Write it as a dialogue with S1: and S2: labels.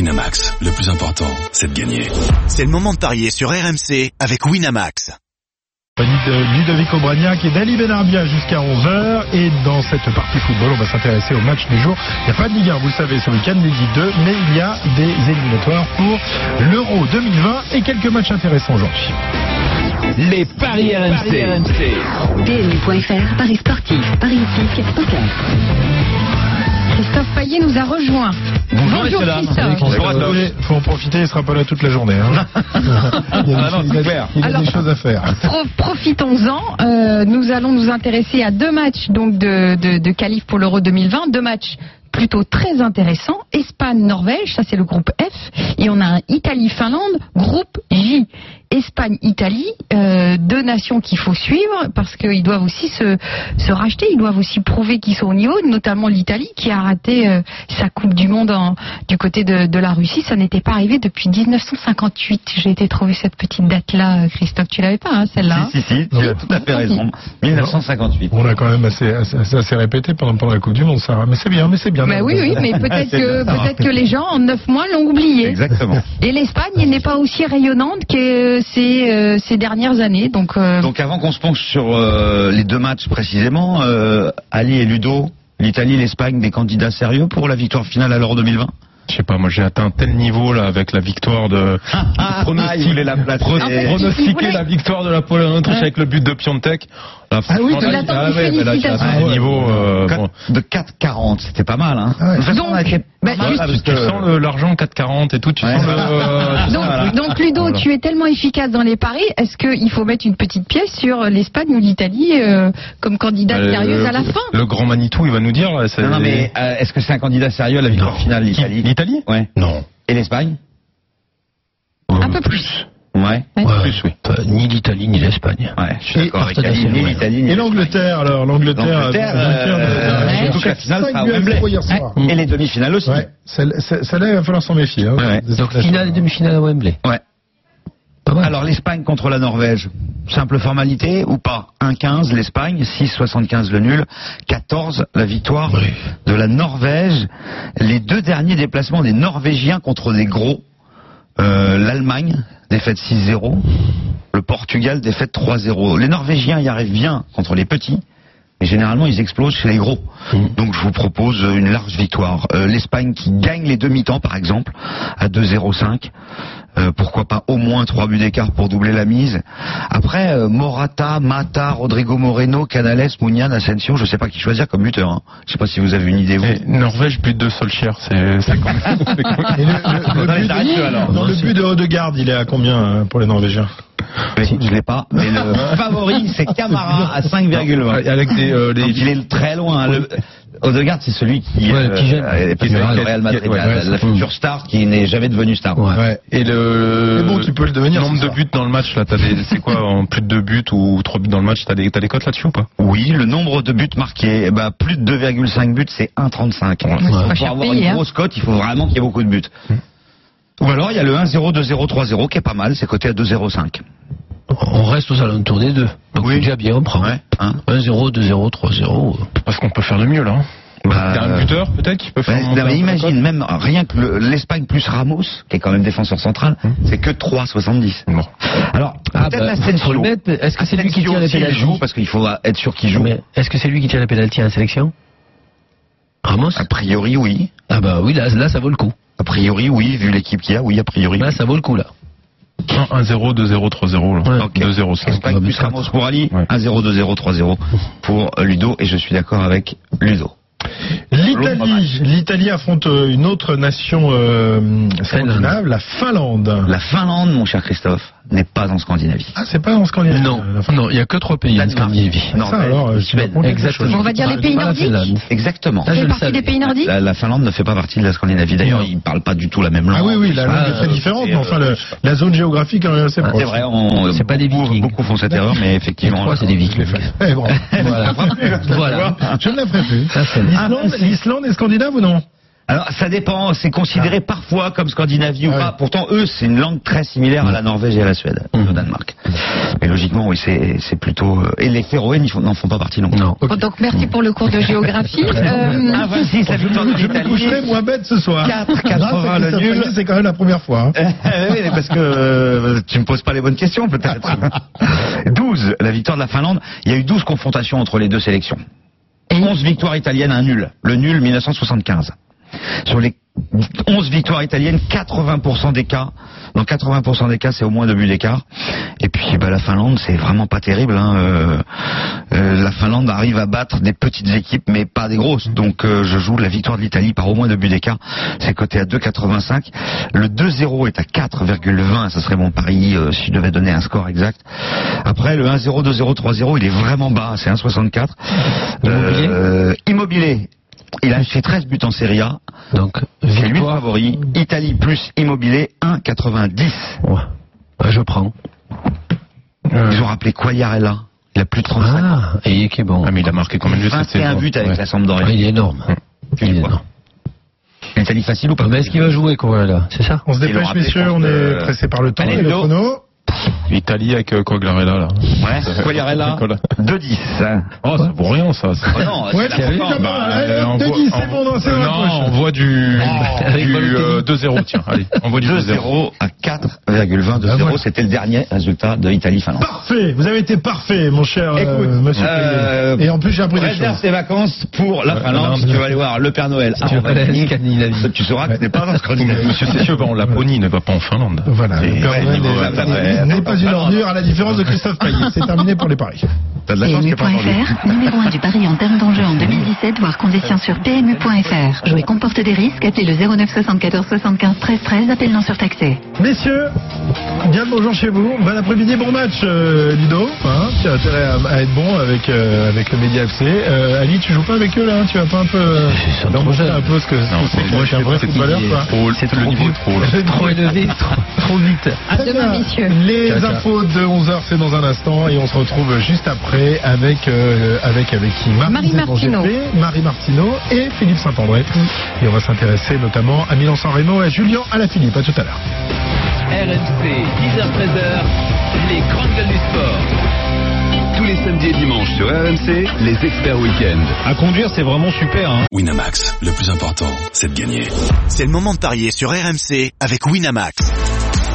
S1: Winamax, le plus important, c'est de gagner.
S2: C'est le moment de parier sur RMC avec Winamax.
S3: compagnie Bah, de Ludovic Obraniak et d'Ali Benarbia jusqu'à 11h. Et dans cette partie football, on va s'intéresser au match du jour. Il n'y a pas de Ligue 1, vous le savez, ce week-end, Ligue 2, mais il y a des éliminatoires pour l'Euro 2020 et quelques matchs intéressants aujourd'hui.
S4: Les Paris RMC.
S5: PMU.fr, Paris sportif, Paris hippique, poker. Christophe Payet nous a rejoint. Bonjour Christophe.
S3: Bonjour à tous.
S6: hein.
S3: Il faut en profiter, il ne sera pas là toute la journée. hein.
S6: Ah
S3: il y a, des, choses- il a- il a des
S5: Alors-
S3: choses à faire.
S5: Pro- Profitons-en. Euh, nous allons nous intéresser à deux matchs donc de, de, de qualif pour l'Euro 2020, deux matchs plutôt très intéressants. Espagne-Norvège, ça c'est le groupe F, et on a un Italie-Finlande, groupe J. Espagne-Italie, euh, deux nations qu'il faut suivre parce qu'ils doivent aussi se, se racheter, ils doivent aussi prouver qu'ils sont au niveau, notamment l'Italie qui a raté euh, sa Coupe du Monde en- du côté de, de la Russie. Ça n'était pas arrivé depuis 1958. J'ai été trouver cette petite date-là, euh, Christophe, tu l'avais pas, hein, celle-là hein
S6: Si, si, si, tu as tout à fait raison. 1958.
S3: On a quand même assez, assez, assez répété pendant, pendant la Coupe du Monde, Sarah. Mais c'est bien, mais c'est bien.
S5: Mais oui, oui, mais peut-être
S6: C'est
S5: que,
S6: bien, ça va.
S5: peut-être que les gens, en neuf mois, l'ont oublié.
S6: Exactement.
S5: Et l'Espagne elle n'est pas aussi rayonnante que euh, ces, euh, ces dernières années. Donc, euh,
S6: Donc avant qu'on se penche sur euh, les deux matchs précisément, euh, Ali et Ludo, l'Italie et l'Espagne, des candidats sérieux pour la victoire finale à l'Euro 2020
S7: Je sais pas, moi j'ai atteint tel niveau là avec la victoire de.
S6: ah, il voulait la placer.
S7: pro-
S5: En fait, il-
S7: pronostiquer
S5: il voulait-
S7: la victoire de la Pologne autriche avec le but de Piontek. Là, franchement,
S3: oui,
S7: là,
S3: de
S5: la
S7: ah
S5: tendance,
S7: ouais, mais là, j'ai atteint
S6: félicitations.
S7: un niveau. euh, bon.
S6: De 4,40, c'était pas mal. Hein.
S3: Ouais.
S6: De toute façon,
S5: Donc,
S6: on a été
S5: bah,
S6: pas mal,
S5: juste-
S6: parce
S7: Tu
S6: que-
S7: sens le- l'argent 4,40 et tout, tu
S6: Ouais.
S7: sens le. euh, tu
S5: donc,
S7: sens- voilà.
S5: donc, Ludo,
S7: Voilà.
S5: tu es tellement efficace dans les paris, est-ce qu'il faut mettre une petite pièce sur euh, l'Espagne ou l'Italie euh, comme candidate
S7: Euh,
S5: sérieuse
S7: le-
S5: à la fin
S7: Le grand Manitou, il va nous dire. c'est-
S6: Non, non, mais euh, est-ce que c'est un candidat sérieux à la victoire
S7: Non.
S6: finale,
S7: Qui-
S6: l'Italie
S7: L'Italie
S6: Ouais.
S3: Non.
S6: Et l'Espagne
S5: Un peu plus.
S6: Ouais.
S5: Ouais.
S6: Plus, oui.
S3: Ni l'Italie, ni l'Espagne.
S6: Ouais, je suis d'accord avec Ali. Ni l'Italie, ni
S3: Et
S6: l'Espagne.
S3: l'Angleterre, alors, l'Angleterre.
S6: L'Angleterre,
S3: euh, vainqueur de-
S6: euh,
S3: de-
S5: ouais.
S3: de-
S6: surtout que la finale
S3: cinq
S6: sera
S3: buts à
S6: au Wembley.
S3: zéro hier soir.
S6: Et les demi-finales aussi.
S3: Ouais, celle- celle- celle-là, il va falloir s'en méfier. hein,
S6: Ouais.
S3: des autres nations.
S4: demi-finale à Wembley.
S6: Ouais. Alors l'Espagne contre la Norvège, simple formalité ou pas 1-15 l'Espagne, 6-75 le nul, 14 la victoire de la Norvège. Les deux derniers déplacements des Norvégiens contre des gros, euh, l'Allemagne, défaite 6-0, le Portugal, défaite 3-0. Les Norvégiens y arrivent bien contre les petits. Mais généralement, ils explosent chez les gros. Donc, je vous propose euh, une large victoire. Euh, L'Espagne qui gagne les demi-temps, par exemple, à 2-0-5. Euh, pourquoi pas au moins trois buts d'écart pour doubler la mise. Après, euh, Morata, Mata, Rodrigo Moreno, Canales, Mounian, Asensio, je sais pas qui choisir comme buteur. hein. Je sais pas si vous avez une idée, vous.
S3: Eh,
S7: Et Norvège, but de Solskjaer, c'est c'est quand même.
S3: Et le- le- le
S6: Dans les
S3: but de-
S6: arrêts de jeu, alors.
S3: dans le but de Odegaard, il est à combien euh, pour les Norvégiens
S6: Mais je l'ai pas. Mais le favori, c'est Camara à 5,20.
S7: Avec des. euh, des-
S6: Donc, il est très loin. hein. Le... Odegaard, c'est celui qui
S4: Ouais, le petit jeune.
S6: euh, est passé
S7: Qui est-
S6: par le
S7: qui est-
S6: Real Madrid,
S7: qui est- ouais,
S6: la,
S7: ouais,
S6: la
S7: c'est-
S6: future star qui n'est jamais devenue star.
S3: Ouais.
S7: Et le.
S3: Mais bon, tu peux le devenir,
S7: Nombre
S3: ce
S7: de
S3: soir.
S7: buts dans le match, là, t'as des. C'est quoi, en plus de deux buts ou trois buts dans le match, t'as des, t'as des cotes là-dessus ou pas
S6: Oui, le nombre de buts marqués, eh ben, plus de 2,5 buts, c'est 1,35.
S5: c'est pas
S6: Pour
S5: cher
S6: avoir
S5: payé,
S6: une
S5: hein.
S6: grosse cote, il faut vraiment qu'il y ait beaucoup de buts.
S7: Hmm.
S6: Ou alors, il y a le 1-0, 2-0, 3-0 qui est pas mal, c'est coté à 2,05.
S4: On reste aux alentours des deux. Donc
S6: Oui.
S4: c'est déjà bien, on prend.
S6: Ouais, hein.
S4: 1-0, 2-0, 3-0.
S7: Parce qu'on peut faire de mieux, là. hein.
S6: Bah,
S7: T'as un buteur, peut-être, qui peut faire.
S6: Ouais,
S7: monter
S6: non, mais
S7: un peu la cote
S6: imagine, même rien que le- l'Espagne plus Ramos, qui est quand même défenseur central, c'est que 3,70.
S7: Bon.
S6: Alors,
S4: Ah,
S6: peut-être
S4: bah,
S6: Asensio.
S4: faut le mettre, mais est-ce que c'est lui qui
S6: Asensio,
S4: tire les
S6: s'il
S4: pénaltys
S6: joue Parce qu'il faut être sûr qu'il joue.
S4: Ah, Mais est-ce que c'est lui qui tient la pénalty à la sélection Ramos
S6: A priori, oui.
S4: Ah bah oui, là, là ça vaut le coup.
S6: A priori, oui, vu l'équipe qu'il y a, oui, a priori.
S4: Là ça vaut le coup là.
S7: Non, 1-0, 2-0, 3-0, là.
S4: Ouais.
S6: Ok.
S7: 2-0, 5.
S6: Espagne plus Ramos pour Ali,
S7: Ouais.
S6: 1-0, 2-0, 3-0 pour Ludo, et je suis d'accord avec Ludo. L'autre
S3: L'Italie,
S6: match.
S3: l'Italie affronte euh, une autre nation euh, scandinave, la Finlande.
S6: La Finlande, mon cher Christophe, n'est pas en Scandinavie.
S3: Ah, c'est pas en Scandinavie.
S4: Non,
S3: euh, la Finlande.
S4: non, il y a que trois pays en
S6: Danemark.
S4: Scandinavie.
S6: Non,
S3: Ça
S6: mais-
S3: alors, euh, tu
S4: Suède,
S3: m'apprends quelque
S4: exactement.
S3: chose.
S5: On va dire les
S4: Pas-
S5: pays
S4: pas la
S5: nordiques.
S4: Finlande.
S6: Exactement.
S4: Ah, je
S5: C'est
S4: le
S5: partie
S4: savais.
S5: des pays nordiques
S6: La, la Finlande ne fait pas partie de la Scandinavie. D'ailleurs, ils ne parlent pas du tout la même langue.
S3: Ah oui, oui, la langue
S4: Ah,
S3: est très
S4: euh,
S3: différente,
S6: c'est,
S3: mais enfin,
S6: euh,
S3: le- la zone géographique est quand même assez
S6: C'est
S3: proche.
S6: vrai, on,
S4: C'est pas des
S6: beaucoup,
S4: Vikings.
S6: beaucoup font cette erreur, mais
S4: Les
S6: effectivement. euh,
S4: trois c'est des Vikings.
S3: Eh, bon,
S4: Voilà. voilà.
S3: je ne la ferai plus.
S4: Ça, c'est-
S3: L'Islande- L'Islande est scandinave ou non
S6: Alors ça dépend, c'est considéré parfois comme Scandinavie ou
S3: Ah
S6: pas.
S3: oui.
S6: Pourtant eux, c'est une langue très similaire à la Norvège et à la Suède, au Danemark. Mais logiquement, oui, c'est c'est plutôt... euh, Et les Féroé n'y font- n'en font pas partie non Ah, plus.
S4: Non.
S5: Bon, Oh, donc merci pour le cours de géographie. Euh,
S6: 1,26 la victoire de
S3: Je me coucherai
S6: l'Italie.
S3: moins bête ce soir.
S6: 4,
S3: Grâce à
S6: 80 le
S3: Christophe
S6: Ah, nul.
S3: Payet, C'est quand même la première fois. hein.
S6: Eh oui, mais parce que euh, tu me poses pas les bonnes questions peut-être. 12, la victoire de la Finlande. Il y a eu 12 confrontations entre les deux sélections. 11 victoires italiennes, un nul. Le nul 1975. Sur les 11 victoires italiennes, 80% des cas, dans 80% des cas, c'est au moins deux buts d'écart. Et puis bah, la Finlande, c'est vraiment pas terrible. hein, euh, euh, la Finlande arrive à battre des petites équipes, mais pas des grosses. Donc euh, je joue la victoire de l'Italie par au moins deux buts d'écart. C'est coté à 2,85. Le 2-0 est à 4,20. Ça serait mon pari euh, si je devais donner un score exact. Après, le 1-0, 2-0, 3-0, il est vraiment bas. C'est 1,64.
S4: Immobilier
S6: Euh, immobilier. Il a fait 13 buts en Serie A.
S4: Donc,
S6: C'est lui le
S4: victoire.
S6: favori. Italie plus immobilier 1,90.
S4: Ouais. Bah, je prends.
S6: Ils ont rappelé Quagliarella. Il a plus de 35 ans.
S4: Ah, et qui est bon.
S7: Ah, mais il a marqué combien de buts cette
S6: 21
S7: saison
S6: buts avec
S7: Ouais.
S6: la Sampdoria.
S4: Ah, il est énorme.
S6: Tu le
S4: Il est
S6: vois.
S4: énorme.
S6: L'Italie facile ou pas
S4: Mais est-ce qu'il va jouer, quoi, là C'est ça
S3: On se
S6: Ils l'ont
S3: dépêche,
S6: rappelé,
S3: messieurs,
S6: je pense,
S3: on est
S6: euh,
S3: pressé par le temps.
S6: allez,
S3: Et le
S6: Ludo.
S3: chrono
S7: Italie avec euh, Quagliarella, là.
S6: Ouais, Quagliarella,
S7: Nicolas.
S6: 2-10. hein.
S7: Oh, ça vaut rien, ça.
S6: Oh non,
S3: Ouais, là,
S6: c'est la
S3: c'est
S6: forme.
S3: comme un-
S7: Bah,
S3: Allez,
S7: euh,
S3: hop,
S7: on
S3: Ah, eh, Denis,
S7: voit-
S3: c'est bon, dans c'est
S7: Non,
S3: la
S7: on
S3: poche. Oh.
S7: voit du,
S4: Avec
S7: du
S4: Balotelli.
S7: euh, 2-0, tiens, allez, on voit du 2-0.
S6: 2-0 à 4,20
S3: Ah,
S6: 2-0,
S3: voilà.
S6: c'était le dernier résultat de Italie-Finlande.
S3: Parfait, vous avez été parfait, mon cher euh,
S6: Écoute,
S3: monsieur.
S6: euh,
S3: Payet. Et en plus, j'ai appris des
S6: Réserve
S3: choses.
S6: tes vacances pour la Finlande. Si tu vas aller voir le Père Noël à
S4: Tu vas aller
S6: Rovaniemi,
S4: à Scandinavie.
S6: tu sauras que ce n'est pas un Scandinavie.
S7: Monsieur Séchieux va en Laponie, il ne va pas en Finlande.
S3: Voilà,
S6: Et
S3: le Père
S6: ouais,
S3: Noël
S6: niveau-
S3: n'est-
S6: ça,
S3: n'est-
S6: ouais,
S3: n'est
S6: attends,
S3: pas une
S6: attends.
S3: ordure à la différence de Christophe Payet. C'est terminé pour les paris.
S6: T'as de la chance qu'il y ait pas encore joué.
S8: PMU.fr, numéro 1 du pari en termes d'enjeu en 2017, voire conditions sur PMU.fr. Jouer comporte des risques, appelez le 09 74 75 13 13, appel non surtaxé.
S3: Messieurs, bien le bonjour chez vous. Bon après-midi, bon match, euh, Ludo. Hein, tu as intérêt à, à être bon avec, euh, avec le Média FC. Euh, Ali, tu joues pas avec eux là hein Tu vas pas un peu. euh,
S4: Ils sont
S3: leur
S4: trop
S3: montrer
S4: jeunes.
S3: un peu ce que ce
S7: Non,
S3: que c'est
S7: mais
S3: que
S7: moi,
S3: d'être
S7: je
S3: un
S7: suis
S3: vrai
S7: fatigué.
S3: footballeur, quoi.
S7: Trop,
S4: C'est
S7: le
S4: trop
S7: niveau
S4: vieux.
S7: est trop, là.
S4: Trop élevé, trop, trop vite.
S3: À
S5: demain, messieurs.
S3: Les
S4: Ciao, ciao.
S3: infos de 11h, c'est dans un instant et on se retrouve juste après avec euh, avec avec qui
S5: Marie Martineau.
S3: Zébangépé, Marie Martineau et Philippe Saint-André. Et on va s'intéresser notamment à Milan San Remo et à Julien Alaphilippe. À tout à l'heure.
S9: RMC, 10h-13h, les grandes gueules du sport.
S1: Tous les samedis et dimanches sur RMC, les experts week-end.
S6: À conduire, c'est vraiment super. hein.
S1: Winamax, le plus important, c'est de gagner.
S2: C'est le moment de parier sur RMC avec Winamax.